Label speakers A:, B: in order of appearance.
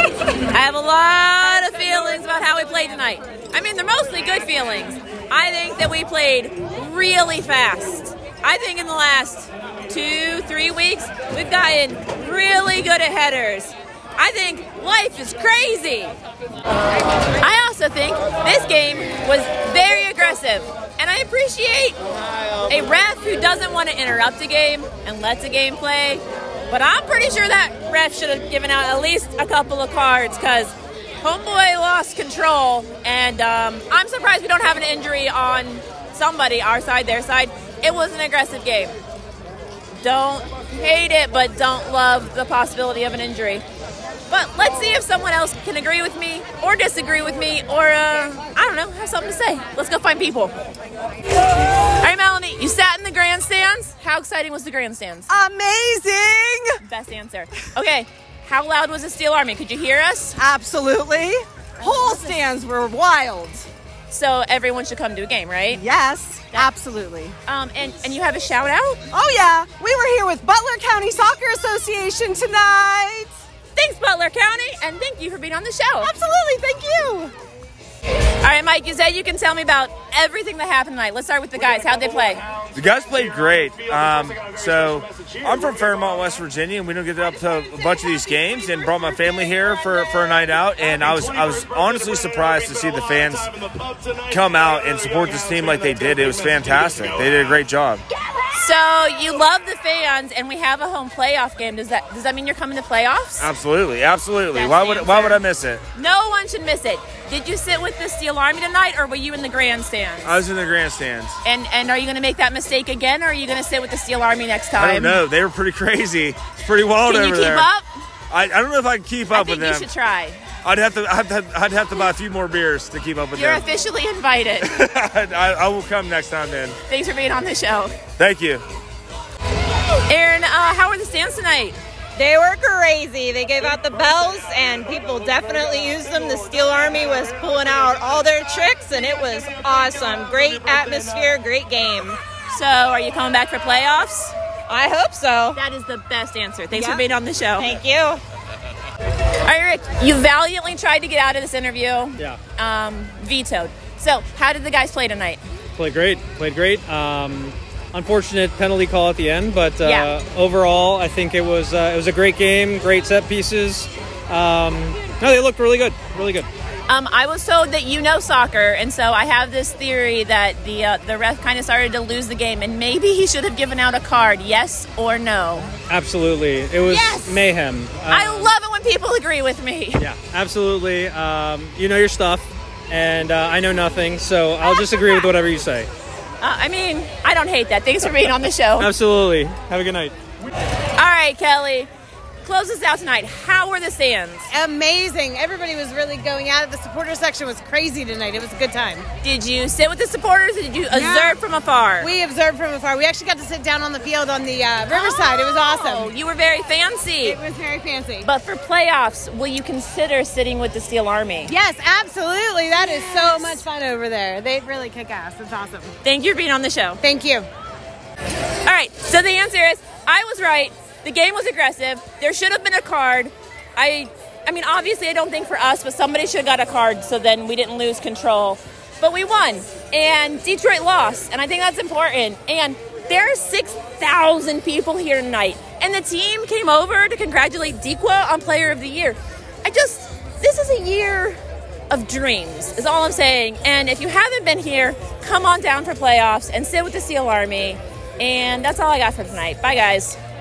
A: have a lot of feelings about how we played tonight. I mean, they're mostly good feelings. I think that we played really fast. I think in the last two, three weeks, we've gotten really good at headers. I think life is crazy. I also think this game was very aggressive, and I appreciate a ref who doesn't want to interrupt a game and lets a game play. But I'm pretty sure that ref should have given out at least a couple of cards because Homeboy lost control, and um, I'm surprised we don't have an injury on somebody, our side, their side. It was an aggressive game. Don't hate it, but don't love the possibility of an injury. But let's see if someone else can agree with me or disagree with me or, uh, I don't know, have something to say. Let's go find people. All right, Melanie, you sat in the grandstands. How exciting was the grandstands?
B: Amazing!
A: Best answer. Okay, how loud was the Steel Army? Could you hear us?
B: Absolutely. Whole stands were wild.
A: So everyone should come to a game, right?
B: Yes, absolutely.
A: Um, and, and you have a shout out?
B: Oh, yeah, we were here with Butler County Soccer Association tonight.
A: Thanks, Butler County, and thank you for being on the show.
B: Absolutely, thank you.
A: All right, Mike, you said you can tell me about everything that happened tonight. Let's start with the guys. How'd they play?
C: The guys played great. Um, so I'm from Fairmont, West Virginia, and we don't get up to a bunch of these games. And brought my family here for, for a night out, and I was I was honestly surprised to see the fans come out and support this team like they did. It was fantastic. They did a great job.
A: So you love the fans, and we have a home playoff game. Does that does that mean you're coming to
C: Uh,
A: playoffs?
C: Absolutely, absolutely. Why would why would I miss it?
A: No one should miss it. Did you sit with the Steel Army tonight, or were you in the grandstands?
C: I was in the grandstands.
A: And and are you going to make that mistake again, or are you going to sit with the Steel Army next time?
C: I don't know. They were pretty crazy. It's pretty wild
A: Can you
C: over
A: keep
C: there.
A: up?
C: I, I don't know if I can keep
A: I
C: up
A: think
C: with
A: you
C: them.
A: should try.
C: I'd have to I'd have, I'd have to buy a few more beers to keep up with
A: You're
C: them.
A: officially invited.
C: I, I will come next time then.
A: Thanks for being on the show,
C: Thank you.
A: Aaron. Uh, how were the stands tonight?
D: They were crazy. They gave out the bells, and people definitely used them. The Steel Army was pulling out all their tricks, and it was awesome. Great atmosphere, great game.
A: So are you coming back for playoffs?
D: I hope so.
A: That is the best answer. Thanks for
D: Yeah.
A: being on the show.
D: Thank you.
A: All right, Rick, you valiantly tried to get out of this interview.
E: Yeah,
A: Um, vetoed. So, how did the guys play tonight?
E: played great. Played great. Um, unfortunate penalty call at the end, but uh,
A: Yeah.
E: overall, I think it was uh, it was a great game. Great set pieces. Um, no, they looked really good. Really good.
A: Um, I was told that you know soccer, and so I have this theory that the uh, the ref kind of started to lose the game, and maybe he should have given out a card, yes or no.
E: Absolutely, it was
A: Yes!
E: mayhem. Uh,
A: I love it when people agree with me.
E: yeah, absolutely. Um, you know your stuff, and uh, I know nothing, so I'll just agree with whatever you say.
A: Uh, I mean, I don't hate that. Thanks for being on the show. All
E: Absolutely. Have a good night.
A: right, Kelly, close us out tonight. How were the stands?
F: amazing. Everybody was really going at it. The supporter section was crazy tonight. It was a good time.
A: Did you sit with the supporters, or did you observe from afar?
F: We observed from afar. We actually got to sit down on the field on the uh, riverside. It was
A: Oh,
F: awesome.
A: you were very fancy.
F: It was very fancy.
A: But for playoffs, will you consider sitting with the Steel Army?
F: Yes, absolutely. That is so much fun over there. They really kick ass. It's awesome.
A: Thank you for being on the show.
F: Thank you.
A: All right, so the answer is I was right. The game was aggressive. There should have been a card. I I mean, obviously I don't think for us, but somebody should have got a card so then we didn't lose control. But we won. And Detroit lost, and I think that's important. And there are 6,000 people here tonight. And the team came over to congratulate Dequa on player of the year. I just this is a year of dreams is all I'm saying. And if you haven't been here, come on down for playoffs and sit with the SEAL Army. And that's all I got for tonight. Bye, guys.